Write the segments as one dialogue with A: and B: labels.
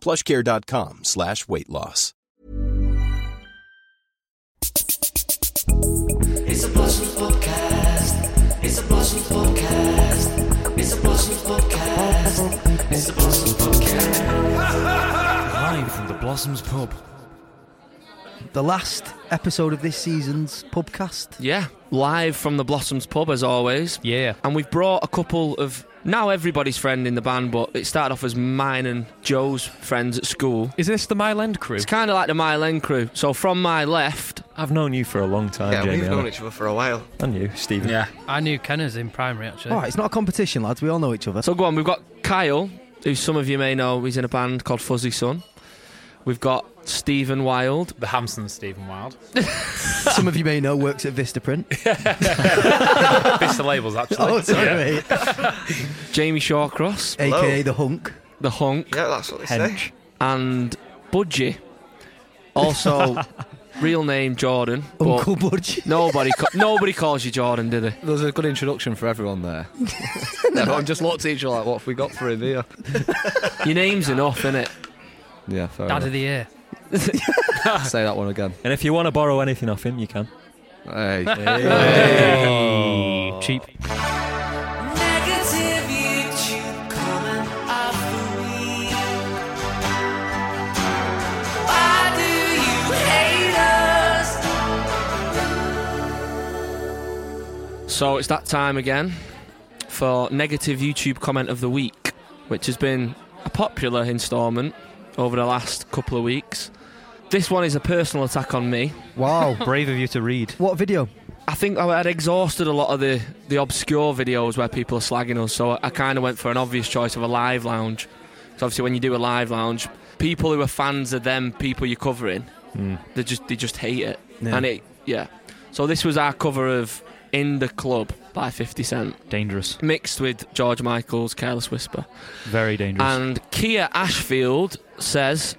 A: Plushcare.com slash weight loss.
B: It's a Blushing Podcast. It's a Blushing Podcast. It's a Blushing Podcast. It's a Blushing Podcast. Live from the Blossoms Pub.
C: the last episode of this season's podcast.
D: Yeah, live from the Blossoms pub as always.
E: Yeah.
D: And we've brought a couple of now everybody's friend in the band, but it started off as mine and Joe's friends at school.
E: Is this the Mile End crew?
D: It's kind of like the Mile End crew. So from my left,
E: I've known you for a long time,
F: Yeah,
E: Jamie.
F: we've known
E: haven't
F: each other for a while.
E: I? And you, Stephen.
D: yeah. Oh,
G: I knew Kenners in primary actually.
C: All right, it's not a competition, lads. We all know each other.
D: So go on. We've got Kyle, who some of you may know. He's in a band called Fuzzy Sun. We've got Stephen Wild.
H: The Hampson Stephen Wild.
C: Some of you may know works at Vistaprint.
H: It's the labels, actually.
C: oh, sorry, mate.
D: Jamie Shawcross,
C: AKA the hunk.
D: the Hunk,
F: Yeah, that's what they say.
C: Hench.
D: and Budgie. Also, real name Jordan. but-
C: Uncle Budge.
D: Nobody, ca- nobody calls you Jordan, did they?
I: There's a good introduction for everyone there. everyone just looked at each other like, what have we got for him here?
D: Your name's enough, innit?
I: Yeah, fair
G: Dad of
I: enough.
G: the year.
I: Say that one again.
E: And if you want to borrow anything off him, you can.
I: Hey.
E: Cheap.
B: Negative YouTube comment of the week. Why do you hate us?
D: So it's that time again for negative YouTube comment of the week, which has been a popular instalment over the last couple of weeks. This one is a personal attack on me.
C: Wow.
E: Brave of you to read.
C: What video?
D: I think I had exhausted a lot of the, the obscure videos where people are slagging us, so I, I kind of went for an obvious choice of a live lounge. So obviously, when you do a live lounge, people who are fans of them people you're covering,
E: Hmm.
D: they just they just hate it,
C: Yeah.
D: and it yeah. So this was our cover of "In the Club" by Fifty Cent,
E: Dangerous.
D: mixed with George Michael's "Careless Whisper."
E: Very dangerous.
D: And Kia Ashfield says,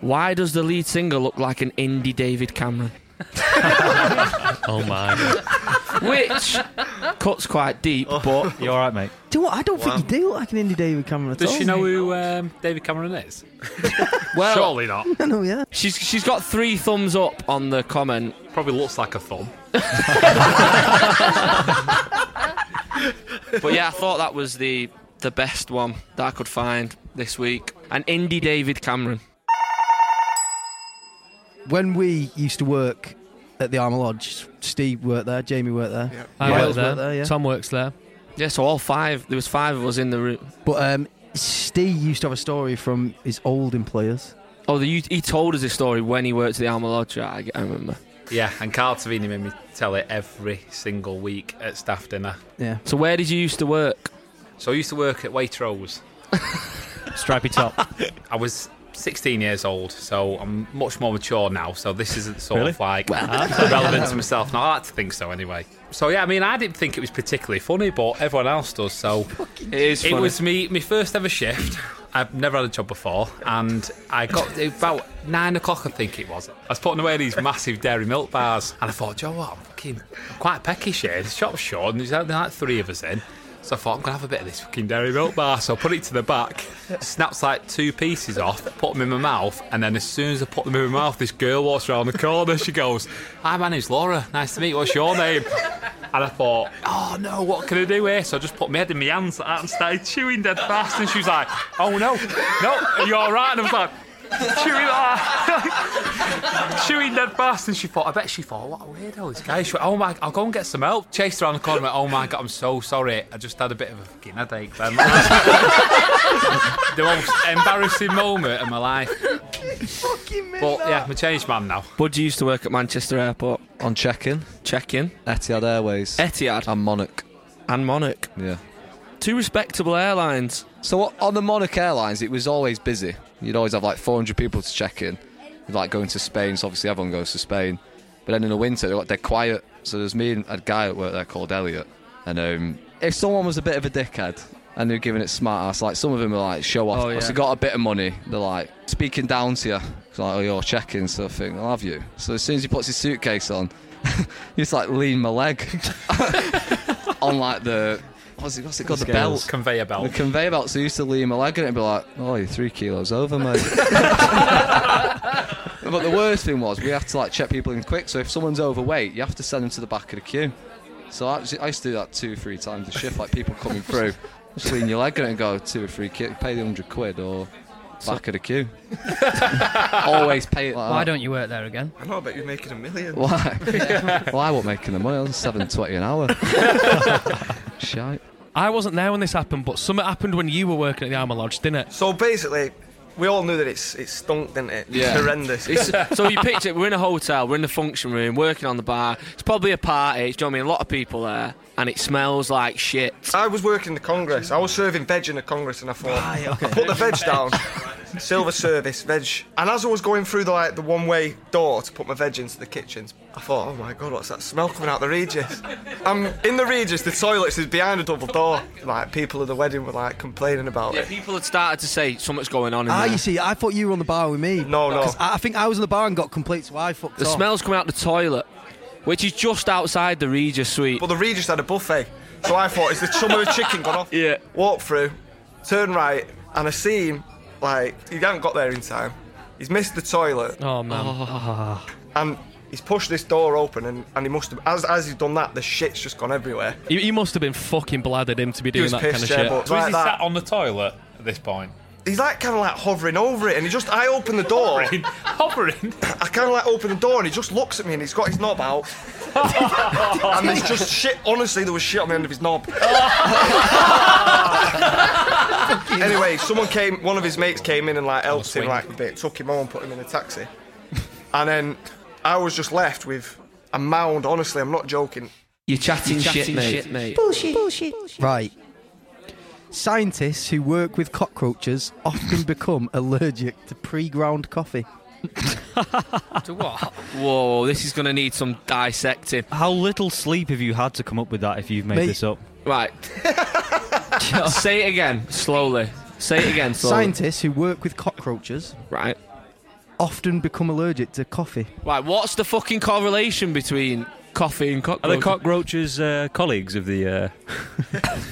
D: "Why does the lead singer look like an indie David Cameron?"
E: oh my.
D: Which cuts quite deep,
H: Oh.
D: but
E: you all right, mate?
C: Do you know what? I don't think you do like an indie David Cameron at
H: Does
C: all.
H: she know who um, David Cameron is?
D: well,
H: Surely not.
C: I know, yeah.
D: She's she's got three thumbs up on the comment.
H: Probably looks like a thumb.
D: But yeah, I thought that was the the best one that I could find this week. An indie David Cameron.
C: When we used to work at the Armour Lodge, Steve worked there, Jamie worked there.
G: I
C: Miles
G: work there.
C: worked there, yeah.
G: Tom works there.
D: Yeah, so all five there was five of us in the room.
C: But um, Steve used to have a story from his old employers.
D: Oh, the, he told us his story when he worked at the Alma Lodge. I, I remember.
H: Yeah, and Carl Tavini made me tell it every single week at staff dinner.
C: Yeah.
D: So where did you used to work?
H: So I used to work at Waitrose.
E: Stripy top.
H: I was 16 years old, so I'm much more mature now. So this isn't sort
E: Really?
H: of like relevant to myself. Now I like to think so anyway. So yeah, I mean, I didn't think it was particularly funny, but everyone else does. So
D: It is.
H: It was me, my first ever shift. I've never had a job before, and I got it about nine o'clock, I think it was. I was putting away these massive dairy milk bars, and I thought, Joe, what? I'm fucking quite peckish here. The shop's short, and there's only like three of us in. So I thought, I'm gonna have a bit of this fucking dairy milk bar. So I put it to the back, snaps like two pieces off, put them in my mouth, and then as soon as I put them in my mouth, this girl walks around the corner. She goes, Hi, my name's Laura. Nice to meet you. What's your name? And I thought, oh no, what can I do here? So I just put my head in my hands like that and started chewing dead fast. And she was like, oh no, no, are you all right? And I was like, chewing like- chewing dead fast. And she thought, I bet she thought, what a weirdo this guy. is." She went, oh my, I'll go and get some help. Chased around the corner and went, oh my God, I'm so sorry. I just had a bit of a fucking headache then. the most embarrassing moment of my life. But yeah, I'm a changed man now.
D: Budgie used to work at Manchester Airport.
I: On check-in,
D: Check in.
I: Etihad Airways
D: Etihad
I: and Monarch.
D: and Monarch.
I: Yeah.
D: Two respectable airlines.
I: So on the Monarch Airlines, it was always busy. You'd always have like 400 people to check in. like going to Spain. So obviously everyone goes to Spain, but then in the winter they got dead quiet. So there's me and a guy at work there called Elliot, and um, if someone was a bit of a dickhead and they're giving it smart ass, like some of them are like show off.
D: Oh, yeah.
I: So they got a bit of money. They're like speaking down to you. It's like oh you're checking, so I think I'll have you. So as soon as he puts his suitcase on, he just like lean my leg on like the what's it, what's it called the belt.
H: Conveyor
I: The
H: belt.
I: conveyor belts I used to lean my leg in it and be like, oh, you're three kilos over, mate. but the worst thing was, we have to like check people in quick. So if someone's overweight, you have to send them to the back of the queue. So I, I used to do that two, three times a shift, like people coming through. Just lean your leg in it and go, two or three, ki- pay the 100 quid or back of the queue. Always pay it like
G: Why
I: that.
G: don't you work there again?
F: I know, I bet you're making a million.
I: Why? Why I wasn't making the money? I was 7.20 an hour. Shite.
J: I wasn't there when this happened, but something happened when you were working at the Armour Lodge, didn't it?
F: So basically, we all knew that it's it stunk, didn't it?
I: Yeah.
F: Horrendous.
D: so you picture it, we're in a hotel, we're in the function room, working on the bar. It's probably a party, it's, do you know what I mean? A lot of people there, and it smells like shit.
F: I was working the Congress. I was serving veg in the Congress, and I thought I put the veg down. Silver service veg, and as I was going through the like the one-way door to put my veg into the kitchens, I thought, oh my god, what's that smell coming out the Regis? I'm in the Regis. The toilets is behind a double door. Like people at the wedding were like complaining about
D: Yeah,
F: it.
D: people had started to say something's going on in
C: Ah,
D: there.
C: you see, I thought you were on the bar with me.
F: No, no.
C: 'Cause I I think I was on the bar and got complete, so I fucked
D: The
C: off.
D: smells come out the toilet, which is just outside the Regis suite.
F: But the Regis had a buffet, so I thought, is the chum of a chicken gone off?
D: Yeah.
F: Walk through, turn right, and I see him. Like he hadn't got there in time. He's missed the toilet.
J: Oh
B: Um,
J: man,
F: and he's pushed this door open and, and he must have as, as he's done that the shit's just gone everywhere
J: he, he must have been fucking bladdered him to be
F: he
J: doing
F: was
J: that kind of
F: pissed
J: shit.
F: yeah, but
H: So is
F: like
H: he
F: that,
H: sat on the toilet at this point?
F: he's like kind of like hovering over it and he just I open the door I
H: Hovering.
F: kind of like open the door and he just looks at me and he's got his knob out and there's just shit honestly there was shit on the end of his knob anyway someone came one of his mates came in and like helped him like a bit took him home put him in a taxi and then I was just left with a mound honestly I'm not joking
D: You're chatting, shit, mate.
C: Right. Scientists who work with cockroaches often become allergic to pre-ground coffee.
G: To what?
D: Whoa, this is going to need some dissecting.
E: How little sleep have you had to come up with that if you've made
C: Mate.
E: this up?
D: Right. Say it again, slowly. Say it again, slowly.
C: Scientists who work with cockroaches
D: Right.
C: often become allergic to coffee.
D: Right, what's the fucking correlation between coffee and
E: Are the
D: cockroaches?
E: cockroaches uh, colleagues of the? Uh...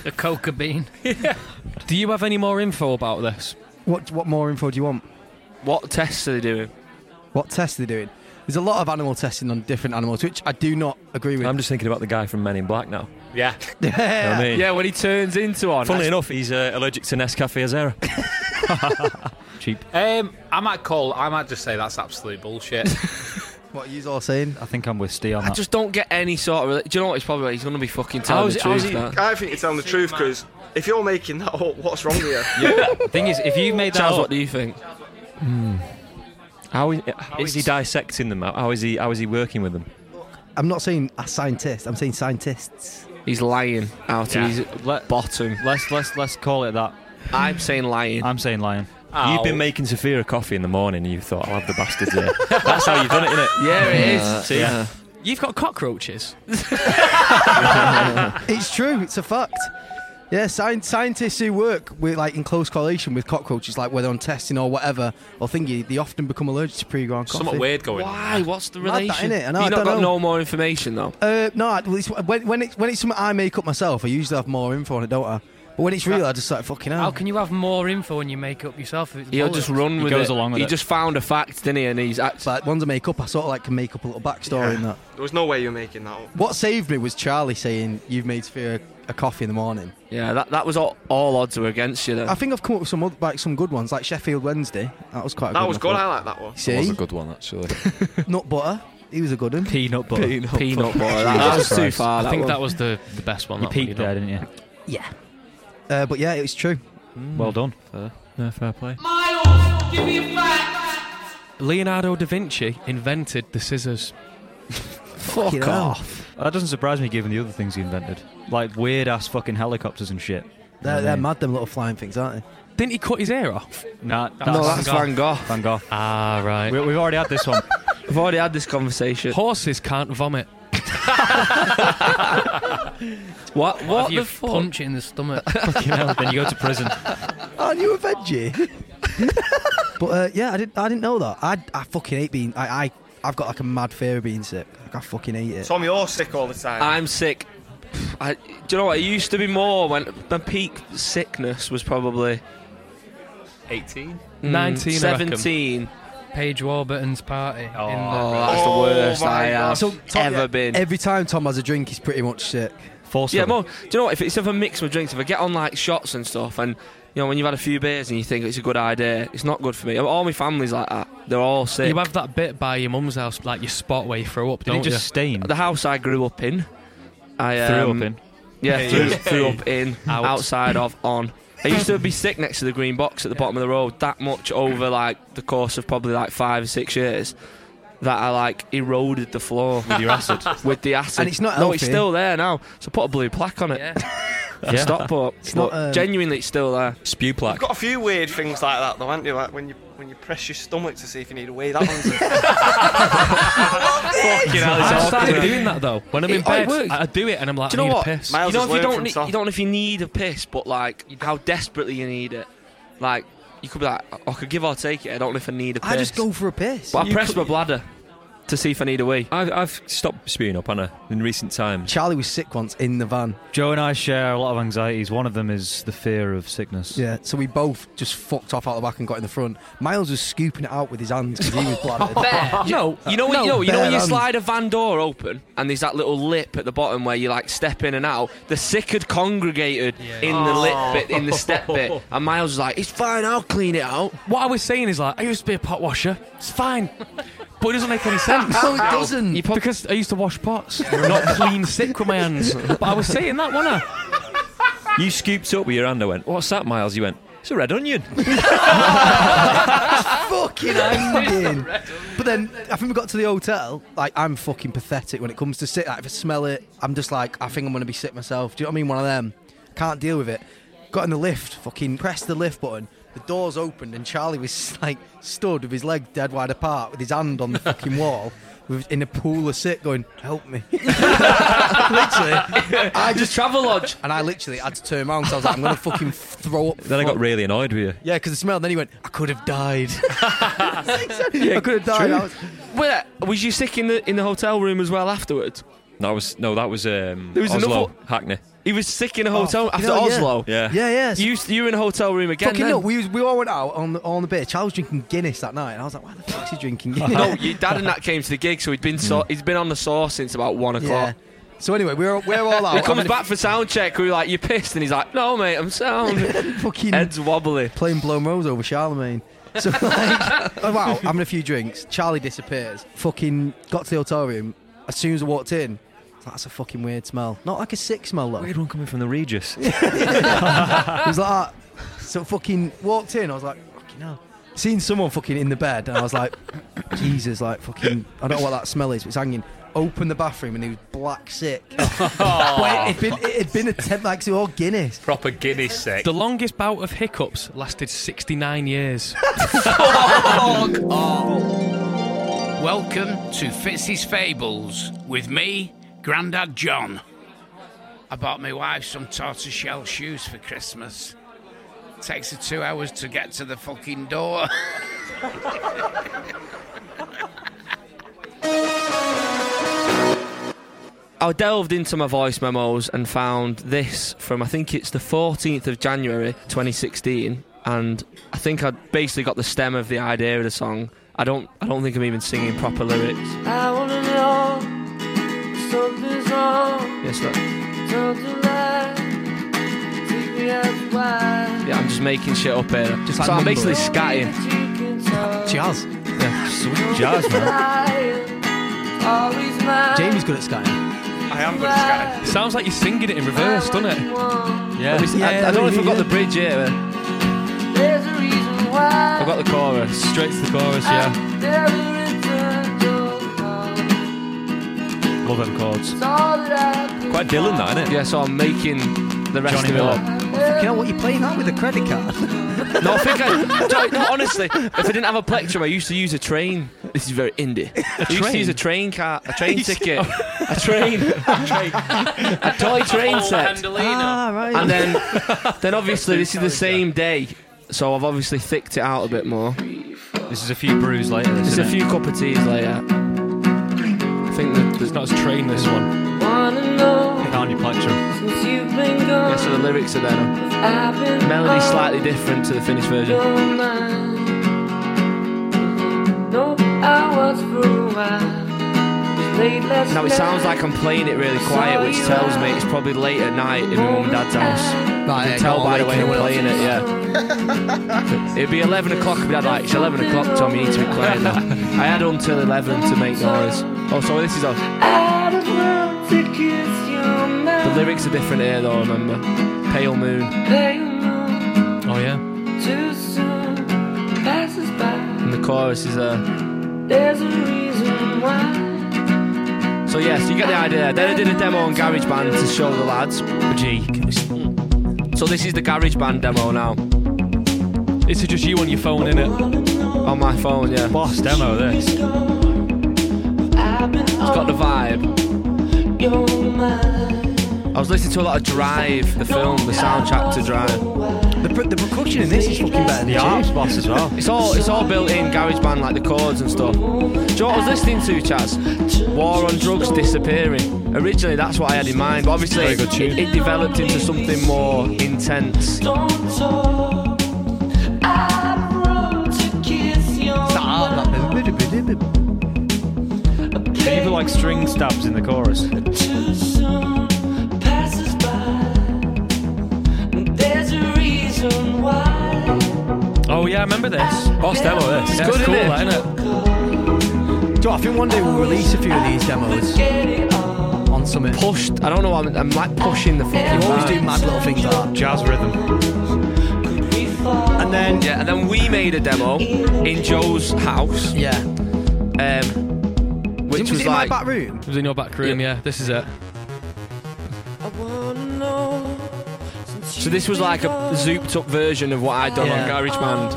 G: The coca bean.
J: Do you have any more info about this?
C: What what more info do you want?
D: what tests are they doing?
C: What tests they're doing? There's a lot of animal testing on different animals, which I do not agree with.
J: I'm just thinking about the guy from Men in Black now.
H: Yeah.
E: You know what I mean?
D: Yeah, when he turns into one.
E: Funnily enough, he's uh, allergic to Nescafe Azera. Cheap.
H: Um, I might call. I might just say that's absolute bullshit.
C: what you all saying?
E: I think I'm with Steve on
D: I
E: that.
D: just don't get any sort of. Do you know what? It's probably he's going to be fucking telling
J: How's
D: the
J: it-
D: truth.
J: how's it-
D: that.
F: I think you're telling the truth, Chris. If you're making that up, what's wrong with you?
E: The thing is, if you made that
D: Charles,
E: up,
D: what do you think?
E: how, how is he dissecting them? How is he? How is he working with them?
C: I'm not saying a scientist. I'm saying scientists.
D: He's lying out
E: Yeah.
D: of his
E: Let-
D: bottom.
E: Let's let's let's call it that.
D: I'm saying lying.
E: I'm saying lion.
H: Ow.
E: You've been making Sophia a coffee in the morning and you thought, I'll have the bastards here. That's how you've done it, innit?
D: yeah, it is.
E: See, yeah.
J: You've got cockroaches.
C: It's true. It's a fact. Yeah, sci- scientists who work with like in close correlation with cockroaches, like whether on testing or whatever or thingy, they often become allergic to pre-ground coffee.
H: Something weird going. on.
D: Why? What's the
C: Mad that,
D: relation?
C: innit? I know,
D: You've
C: I
D: not
C: don't
D: got
C: know.
D: no more information though.
C: Uh, no, I- well, it's, when when it's when it's something I make up myself, I usually have more info on it, don't I? But when it's real, I just like fucking
G: How
C: hell.
G: can you have more info when you make up yourself? if it's
D: He'll
G: bollocks?
D: just run
E: He
D: with
E: goes
D: it.
E: along with
D: he
E: it.
D: just found a fact, didn't he? And he's
C: It's
D: actually.
C: like ones I make up, I sort of like can make up a little backstory in that.
F: There was no way you're making that up.
C: What saved me was Charlie saying, "You've made Sphere a, a coffee in the morning."
D: Yeah, that, that was all, all odds were against you then.
C: I think I've come up with some oth- like some good ones, like Sheffield Wednesday. That was quite. A
F: That
C: good
F: was
C: one,
F: good.
C: I
F: I like that one.
C: thought.
I: That was
C: See,
I: a good one, actually.
C: nut butter. He was a good one.
E: Peanut butter.
D: Peanut butter. That, that was too
E: Christ.
D: far.
G: I think
D: one.
G: that was the, the best one.
E: You
G: that one,
E: peaked
G: know.
E: there, didn't you?
C: Uh, but yeah, it was true. Mm.
E: Well done. Fair. No, fair play.
J: Leonardo da Vinci invented the scissors.
C: Fuck off.
E: That doesn't surprise me given the other things he invented. Like weird ass fucking helicopters and shit.
C: They're, they're mad, them little flying things, aren't they?
J: Didn't he cut his hair off?
D: No,
C: no, that's Van Gogh.
J: Van Gogh. Ah, right.
D: We, we've already had this one. we've already had this conversation.
J: Horses can't vomit.
D: What? What,
G: if you
D: the fuck?
G: punch it in the stomach?
J: Fucking hell, then you go to prison.
C: Aren't you a veggie? but uh, yeah, I didn't. I didn't know that. I, I fucking hate bean. I, I I've got like a mad fear of being sick. Like, I fucking hate it.
F: Tom, you're sick all the time.
D: I'm sick. I, do you know what? It used to be more when my peak sickness was probably
H: 18?
D: mm,
J: 19, I reckon.
D: 17.
G: Paige Warburton's party.
H: Oh.
D: Oh,
G: In
D: that's
F: Oh
D: the worst
F: my
D: I have
C: So, Tom,
D: ever
C: yeah,
D: been.
C: Every time Tom has a drink, he's pretty much sick.
J: Force
D: yeah, more. Do you know what? If it's if I mix my drinks, if I get on like shots and stuff, and you know when you've had a few beers and you think it's a good idea, it's not good for me. All my family's like that. They're all
G: the,
D: sick.
G: you have that bit by your mum's house, like your spot where you throw up,
J: Did
G: don't
J: he just stain?
D: the house I grew up in. I
E: Threw
D: um,
E: up in.
D: Yeah, threw,
H: Hey.
D: threw up in,
G: Out.
D: outside of, on. I used to be sick next to the green box at the bottom of the road that much over like the course of probably like five or six years that I like eroded the floor
J: With your acid.
D: with the acid.
C: And it's not
D: no, it's
C: healthy.
D: still there now. So put a blue plaque on
G: you?
D: it.
G: Yeah.
D: Yeah. Stockport.
C: It's
D: But
C: not, um,
D: genuinely, it's still there.
E: Spew
F: You've
E: plaque.
F: got a few weird things like that though, haven't you? Like when you when you press your stomach to see if you need a wee. That one's
H: Fucking hell, it's
J: I
H: all-
J: started doing that though. When I'm in
D: It- oh, it
J: bed,
D: works.
J: I I do it and I'm like,
D: Do you
J: I
D: know
J: need
D: what?
J: a piss.
F: My- Miles
D: you know if
F: is
D: you
F: learning
D: don't
F: from
D: need,
F: Tom.
D: you don't know if you need a piss, but like how desperately you need it. Like you could be like, I could give or take it. I don't know if I need a piss.
C: I just go for a piss.
D: But I press my bladder to see if I need a wee.
E: I've, I've stopped spewing up, haven't I, in recent times.
C: Charlie was sick once in the van.
K: Joe and I share a lot of anxieties. One of them is the fear of sickness.
C: Yeah, so we both just fucked off out the back and got in the front. Miles was scooping it out with his hands because he was bladdered.
D: No, you know when you know, you know
C: Bare
D: when you
C: hands.
D: slide a van door open and there's that little lip at the bottom where you like step in and out. The sick had congregated in the
J: Oh.
D: lip bit, in the step bit, and Miles was like, "It's fine, I'll clean it out."
J: What I was saying is like, I used to be a pot washer. It's fine, but it doesn't make any sense.
C: No, it doesn't.
J: You prob- because I used to wash pots, not clean sick with my hands. But I was saying that, wasn't I?
E: You scooped up with your hand. I went, "What's that, Miles?" You went, "It's a red onion."
C: fucking hanging. but then I think we got to the hotel. Like I'm fucking pathetic when it comes to sick. Like if I smell it, I'm just like I think I'm gonna be sick myself. Do you know what I mean? One of them. Can't deal with it. Got in the lift. Fucking pressed the lift button. The doors opened and Charlie was like stood with his leg dead wide apart, with his hand on the fucking wall. with- In a pool of sick, going, help me. literally, I
D: Just
C: just
D: travel lodge.
C: and I literally had to turn around. So I was like, I'm gonna fucking throw up.
E: then I got really annoyed with you.
C: Yeah, because the smell. Then he went, I could have died. I could have died. I was-
D: Well, was you sick in the in the hotel room as well afterwards?
E: That was no, that was um,
D: There was
E: Oslo
D: another-
E: Hackney.
D: He was sick in a hotel
C: fucking
D: after
C: hell, Oh, yeah.
D: Oslo.
E: Yeah.
C: yeah, yeah. so-
D: You you were in a hotel room again.
C: fucking
D: then.
C: no. We, was- we all went out on the, on the beach. I was drinking Guinness that night, and I was like, why the fuck's he drinking Guinness?
D: no, Oh, your dad and that came to the gig, so he'd been so,
E: Mm.
D: he's been on the saw since about one
C: yeah.
D: o'clock.
C: So anyway, we we're we're all out.
D: He comes
C: having a
D: back for sound check. We were like, "You pissed?" And he's like, "No, mate, I'm sound."
C: Fucking
D: Head's wobbly.
C: playing Blown Rose over Charlemagne. So like, I'm out, having a few drinks. Charlie disappears. Fucking got to the hotel room. As soon as I walked in, I was like, that's a fucking weird smell. Not like a sick smell though.
E: Weird one coming from the Regis.
C: It was like that. So fucking walked in. I was like, fucking hell. Seen someone fucking in the bed, and I was like, Jesus, like fucking, I don't know what that smell is, but it's hanging. Opened the bathroom, and he was black sick. But it had been, it had been a ten, like so all Guinness.
H: Proper Guinness sick.
J: The longest bout of hiccups lasted 69 years.
B: Welcome to Fitz's Fables with me, Grandad John. I bought my wife some tortoiseshell shoes for Christmas. Takes her two hours to get to the fucking door.
D: I delved into my voice memos and found this from I think it's the 14th of January 2016, and I think I basically got the stem of the idea of the song. I don't I don't think I'm even singing proper lyrics.
B: I wanna know something's wrong,
D: Yes, that-
B: something right. Take me out wide.
D: yeah, I'm just making shit up here.
C: Just like
D: so I'm
C: mumble.
D: basically scatting.
C: Jazz.
E: Sweet jazz, man.
C: Jamie's good at skying.
F: I am good at
J: Sounds like you're singing it in reverse, doesn't it?
E: Yeah.
D: I, I
C: Yeah,
D: don't know if I've got
C: yeah.
D: the bridge here. There's I've got the chorus.
E: Straight to the chorus, yeah.
K: Love them chords.
E: Quite Dylan, that, isn't it?
D: Yeah, so I'm making the rest
K: Johnny
D: of it
K: Miller.
D: up.
C: I'm thinking, oh, what you playing that with a credit card?
D: No, I think I. do you know, honestly, if I didn't have a plectrum, I used to use a train. This is very indie. I used to use a train car, a train ticket, a train, a toy train set.
C: Ah, right.
D: And then, then obviously this is the same day, so I've obviously thicked it out a bit more.
K: This is a few brews later.
D: This is
K: isn't
D: a few cup of teas later. I think that there's not as train this one.
L: Wanna know
K: Found your plectrum.
L: since you've been gone.
D: Yeah, so the lyrics are then.
L: I've been
D: Melody's
L: on
D: slightly different to the finished
L: your
D: version.
L: mind. No, I was through mine. It was late last
D: Now it sounds
L: night.
D: like I'm playing it really quiet, which tells me it's probably late at night in my mum and dad's house.
C: Right,
D: I
C: yeah,
D: can tell
C: go
D: by
C: on,
D: the way
C: wake
D: I'm
C: me up.
D: playing it, yeah. It'd be 11 o'clock, my dad like, it's 11 o'clock, Tom, you need to be playing that. I had until 11 to make noise. Oh, sorry, this is on.
L: I just want to kiss your
D: The
L: mouth.
D: lyrics are different here, though, remember. Pale Moon.
L: Pale moon
D: Oh, yeah.
L: too soon passes by.
D: And the chorus is, uh...
L: There's a reason why.
D: So, yeah, so you get the idea. Then I did a demo on GarageBand to show the lads. Gee. So this is the GarageBand demo now.
J: This is just you on your phone, innit?
D: On my phone, yeah.
K: Boss demo, this. It's
L: I've been
D: got the vibe.
L: on your mind.
D: I was listening to a lot of Drive, the film, the soundtrack to Drive.
C: The, pr- the percussion in this is fucking better than
K: The arms boss as well.
D: It's all it's all built in GarageBand, like the chords and stuff. Do you know what I was listening to, Chaz? War on Drugs disappearing. Originally, that's what I had in mind, but obviously
J: Very good
D: it,
J: tune.
D: it developed into something more intense.
L: Don't talk. I wrote to kiss your mouth.
C: Jim's.
K: People like string stabs in the chorus.
L: Too soon passes by. There's a reason why.
J: Oh, yeah, I remember this. Boss demo, this. It's
D: good,
J: cool,
D: innit?
J: that, innit?
C: Do you know, I think one day we'll release a few of these demos
L: Get it on.
C: on Summit. You
D: Pushed. I don't know. I'm, I'm like pushing the fucking.
C: always
D: vibe.
C: do mad little things like that.
K: Jazz rhythm.
L: We fall.
D: And then yeah, and then we made a demo in Joe's house,
C: Yeah.
D: um, which
C: was,
D: was
C: it in
D: like
C: my back room?
J: It was in your back room, yeah. This is it.
L: I wanna know. since
D: so. This was like a zooped up version of what I'd done
C: Yeah.
D: on GarageBand.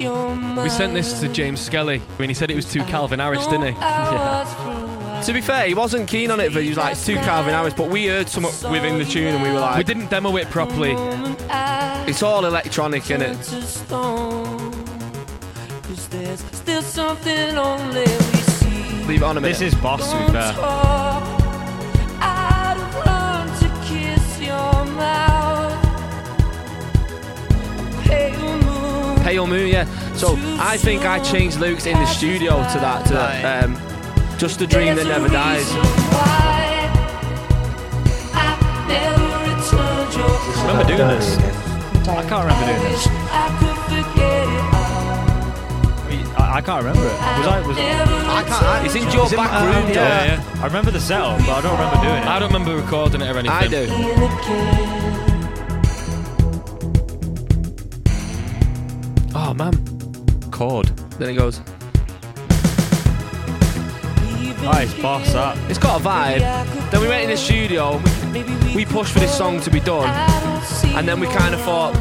L: Your mind.
J: We sent this to James Skelly. I mean, he said it was too Calvin Harris, didn't he?
D: To be fair, he wasn't keen on it, but he was like, it's too Calvin Harris. But we heard some within the tune and we were like,
J: We didn't demo it properly.
D: It's all electronic, innit?
L: Cause there's still something only we see.
D: Leave it on a minute.
K: This is boss, to be fair.
D: Pale Moon, yeah. So I think I changed lyrics in the studio to that, to that, um, Just a Dream That Never Dies.
K: Remember doing this? I can't remember doing this. I mean, I, I can't remember it. Was I? Was
D: I can't, I- it's in your
K: It's in
D: back
K: my-
D: room,
K: yeah,
D: though.
K: yeah. I remember the setup, but I don't remember doing it.
J: I don't remember recording it or anything.
D: I do.
J: Oh, man.
E: Chord.
D: Then it goes,
K: Ah, it's boss that.
D: it's got a vibe. Then we went in the studio, we- we pushed for this song to be done, and then we kind of thought,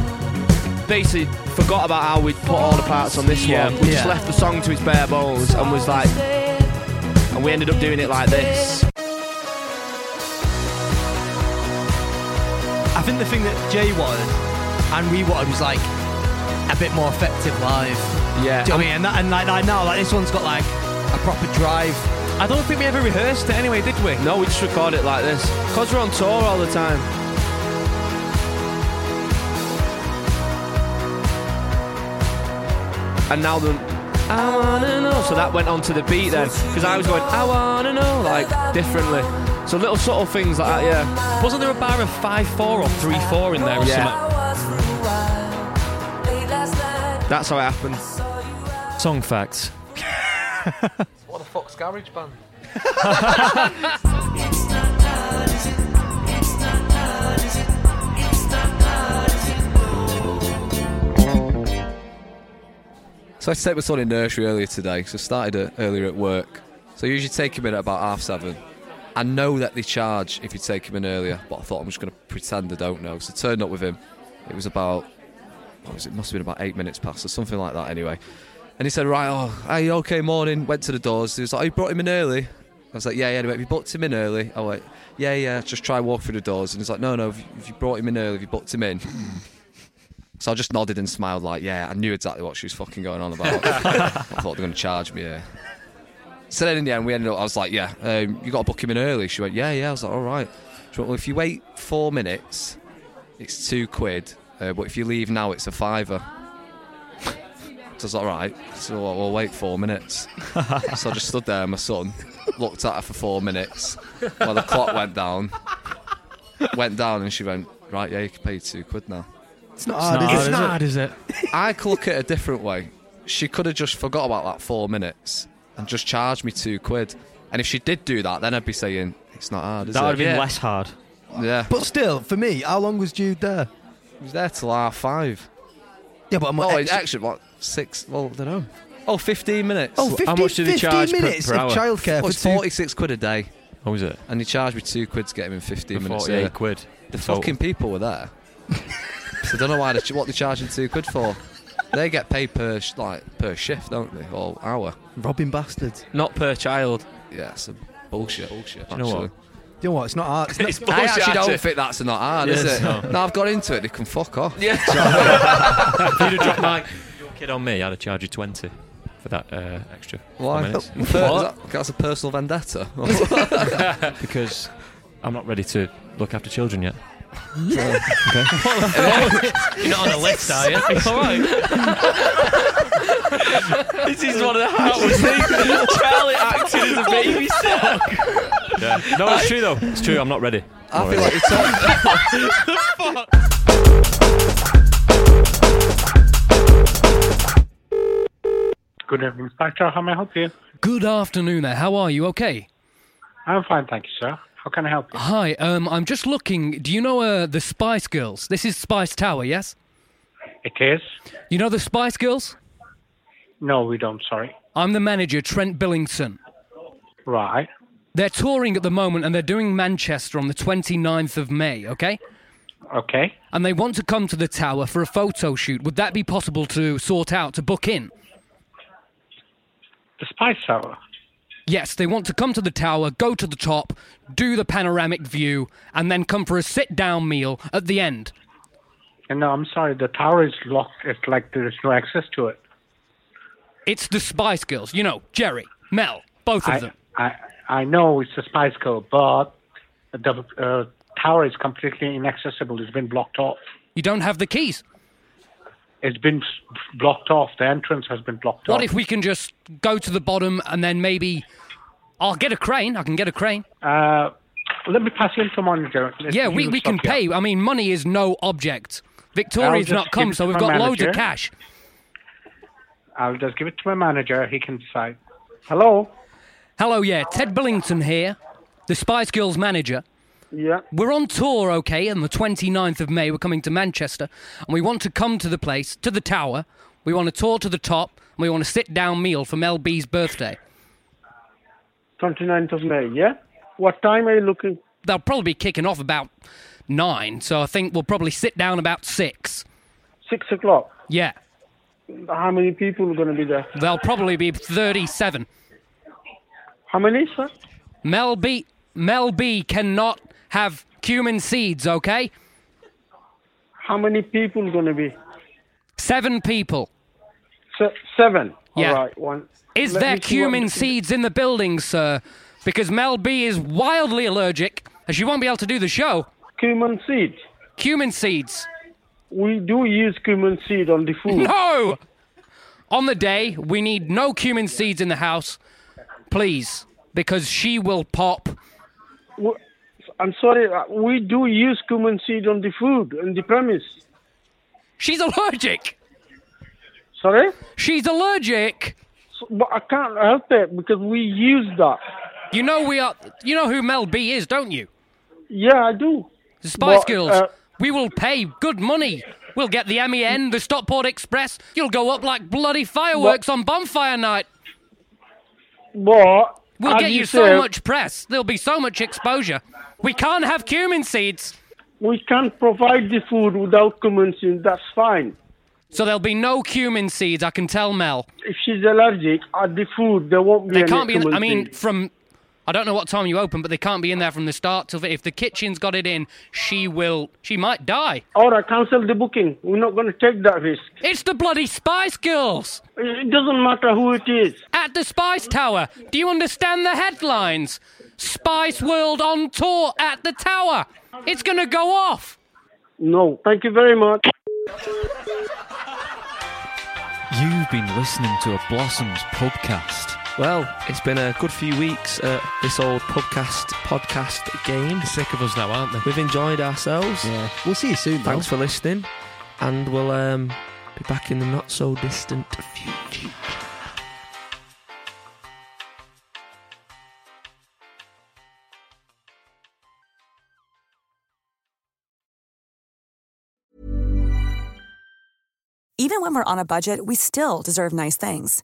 D: basically forgot about how we'd put all the parts on this
J: Yeah.
D: one. We just
C: Yeah.
D: left the song to its bare bones and was like, and we ended up doing it like this.
C: I think the thing that Jay wanted and we wanted was like a bit more effective live.
D: Yeah.
C: Do you know what I mean? And, that, and like, like now, like this one's got like a proper drive.
J: I don't think we ever rehearsed it anyway, did we?
D: No, we just record it like this. Because we're on tour all the time. And now the. I wanna know. So that went on to the beat then. Because I was going, I wanna know, like differently. So little subtle things like that, yeah.
J: Wasn't there a bar of 5-4 or 3-4 in there or
D: Yeah.
J: something?
D: That's how it happened.
K: Song facts.
F: What the fuck's garage band?
I: So I had to take my uh, son in nursery earlier today, so I started it earlier at work. So I usually take him in at about half seven. I know that they charge if you take him in earlier, but I thought I'm just going to pretend I don't know. So turned up with him. It was about, what was it? Must have been about eight minutes past or something like that. Anyway, and he said, "Right, oh, hey, okay, morning." Went to the doors. He was like, "Oh, "You brought him in early." I was like, "Yeah, yeah." Anyway, have you booked him in early? I went, "Yeah, yeah." Just try walk through the doors, and he's like, "No, no. If you- if you brought him in early, if you booked him in." So I just nodded and smiled, like, yeah, I knew exactly what she was fucking going on about. I thought they're going to charge me. Yeah. So then in the end, we ended up. I was like, "Yeah, um, you got to book him in early." She went, "Yeah, yeah." I was like, "All right." She went, "Well, if you wait four minutes, it's two quid, uh, but if you leave now, it's a fiver." So I was like, "All right." So well, we'll wait four minutes. so I just stood there, my son looked at her for four minutes while the clock went down. Went down, and she went, "Right, yeah, you can pay two quid now."
C: It's not hard, is it?
I: is it? I could look at it a different way. She could have just forgot about that four minutes and just charged me two quid. And if she did do that, then I'd be saying it's not hard. Is
K: That
I: it?
K: would have been less hard.
I: Yeah,
C: But still, for me, how long was Jude there?
I: He was there till half five.
C: Yeah, but I'm
I: oh, it's actually what six? Well, I don't know. Oh, 15 minutes.
C: Oh, 15
I: How much do they
C: 15
I: charge per-
C: minutes
I: per
C: of
I: hour?
C: childcare
I: Oh,
C: for
I: it's
C: two-
I: 46 quid a day.
E: Oh, is it?
I: And they charged me two quid to get him in 15
E: For
I: minutes.
E: 48
I: yeah.
E: quid
I: The
E: total.
I: fucking people were there. so I don't know why they, what they're charging two quid for. They get paid per sh- like per shift, don't they, or hour?
C: Robbing bastards.
D: Not per child.
I: Yeah, it's a bullshit. Bullshit.
C: Do you know what? You know what? It's not hard. It's, not,
I: It's I actually don't think that's not hard, is
E: Yes.
I: it?
E: No.
I: Now I've got into it. They can fuck off.
E: Yeah. if you'd have dropped my your kid on me, I'd have charged you 20 for that uh, extra. four
I: Why?
E: minutes.
I: Is that- that's a personal vendetta. So-
E: because I'm not ready to look after children yet.
I: okay.
J: You're not on the list, are you? It's all
D: Oh.
J: right.
D: this is one of the
J: hardest things. Charlie acted as a babysitter.
E: Yeah. No, it's true though. It's true. I'm not ready.
I: I
E: Not
I: feel
E: ready.
I: like it's
M: Good evening, Spectre. How may I help you?
G: Good afternoon there. How are you? Okay.
M: I'm fine, thank you, sir. How can I help you?
G: Hi. Um, I'm just looking. Do you know uh, the Spice Girls? This is Spice Tower, yes?
M: It is?
G: You know the Spice Girls?
M: No, we don't, sorry.
G: I'm the manager, Trent Billingson.
M: Right.
G: They're touring at the moment and they're doing Manchester on the 29th of May, okay?
M: Okay.
G: And they want to come to the tower for a photo shoot. Would that be possible to sort out, to book in?
M: The Spice Tower.
G: Yes, they want to come to the tower, go to the top, do the panoramic view, and then come for a sit down meal at the end.
M: And no, I'm sorry, the tower is locked. It's like there is no access to it.
G: It's the Spice Girls, you know, Jerry, Mel, both of
M: I,
G: them.
M: I, I know it's a Spice Girl, but the uh, tower is completely inaccessible. It's been blocked off.
G: You don't have the keys.
M: It's been s- blocked off. The entrance has been blocked off.
G: What if we can just go to the bottom and then maybe I'll get a crane. I can get a crane.
M: Uh, let me pass you in for manager.
G: yeah, we, we can pay. I mean, money is no object. Victoria's
M: just
G: not
M: give
G: come,
M: it
G: so
M: to
G: we've
M: my
G: got loads
M: manager.
G: of cash.
M: I'll just give it to my manager. He can decide. Hello?
G: Hello, yeah. Ted Billington here, the Spice Girls manager.
M: Yeah.
G: We're on tour, okay, on the 29th of May. We're coming to Manchester, and we want to come to the place, to the tower. We want a tour to the top, and we want a sit down meal for Mel B's birthday.
M: 29th of May, yeah? What time are you looking?
G: They'll probably be kicking off about nine, so I think we'll probably sit down about six.
M: Six o'clock.
G: Yeah.
M: How many people are going to be there?
G: They'll probably be 37.
M: How many, sir?
G: Mel B. Mel B cannot have cumin seeds, okay?
M: How many people going to be?
G: Seven people.
M: Se- seven.
G: Yeah.
M: All right, one.
G: Is
M: Let
G: there
M: me see what we
G: cumin
M: can-
G: seeds in the building, sir? Because Mel B is wildly allergic and she won't be able to do the show.
M: Cumin seeds?
G: Cumin seeds.
M: We do use cumin seed on the food.
G: No! On the day, we need no cumin seeds in the house, please, because she will pop.
M: We- I'm sorry, uh, we do use cumin seed on the food, on the premise.
G: She's allergic!
M: Sorry?
G: She's allergic!
M: But I can't help it because we use that.
G: You know we are. You know who Mel B is, don't you?
M: Yeah, I do.
G: The Spice
M: But,
G: Girls.
M: uh,
G: we will pay good money. We'll get the MEN, the Stockport Express. You'll go up like bloody fireworks on bonfire night.
M: But
G: We'll
M: As
G: get you,
M: you
G: so
M: said-
G: much press. There'll be so much exposure. We can't have cumin seeds.
M: We can't provide the food without cumin seeds. That's fine.
G: So there'll be no cumin seeds. I can tell Mel.
M: If she's allergic at the food, there won't be
G: They
M: any
G: can't be. In,
M: cumin
G: I mean,
M: seeds.
G: from I don't know what time you open, but they can't be in there from the start till if the kitchen's got it in, she will. She might die.
M: Or I cancel the booking. We're not going to take that risk.
G: It's the bloody Spice Girls.
M: It doesn't matter who it is.
G: At the Spice Tower. Do you understand the headlines? Spice World on tour at the Tower. It's going to go off.
M: No, thank you very much.
D: You've been listening to a Blossoms podcast. Well, it's been a good few weeks at this old podcast podcast game. sick of us now, aren't they? We've enjoyed ourselves. Yeah.
C: We'll see you soon.
D: Thanks for listening, and we'll um, be back in the not so distant future.
N: Even when we're on a budget, we still deserve nice things.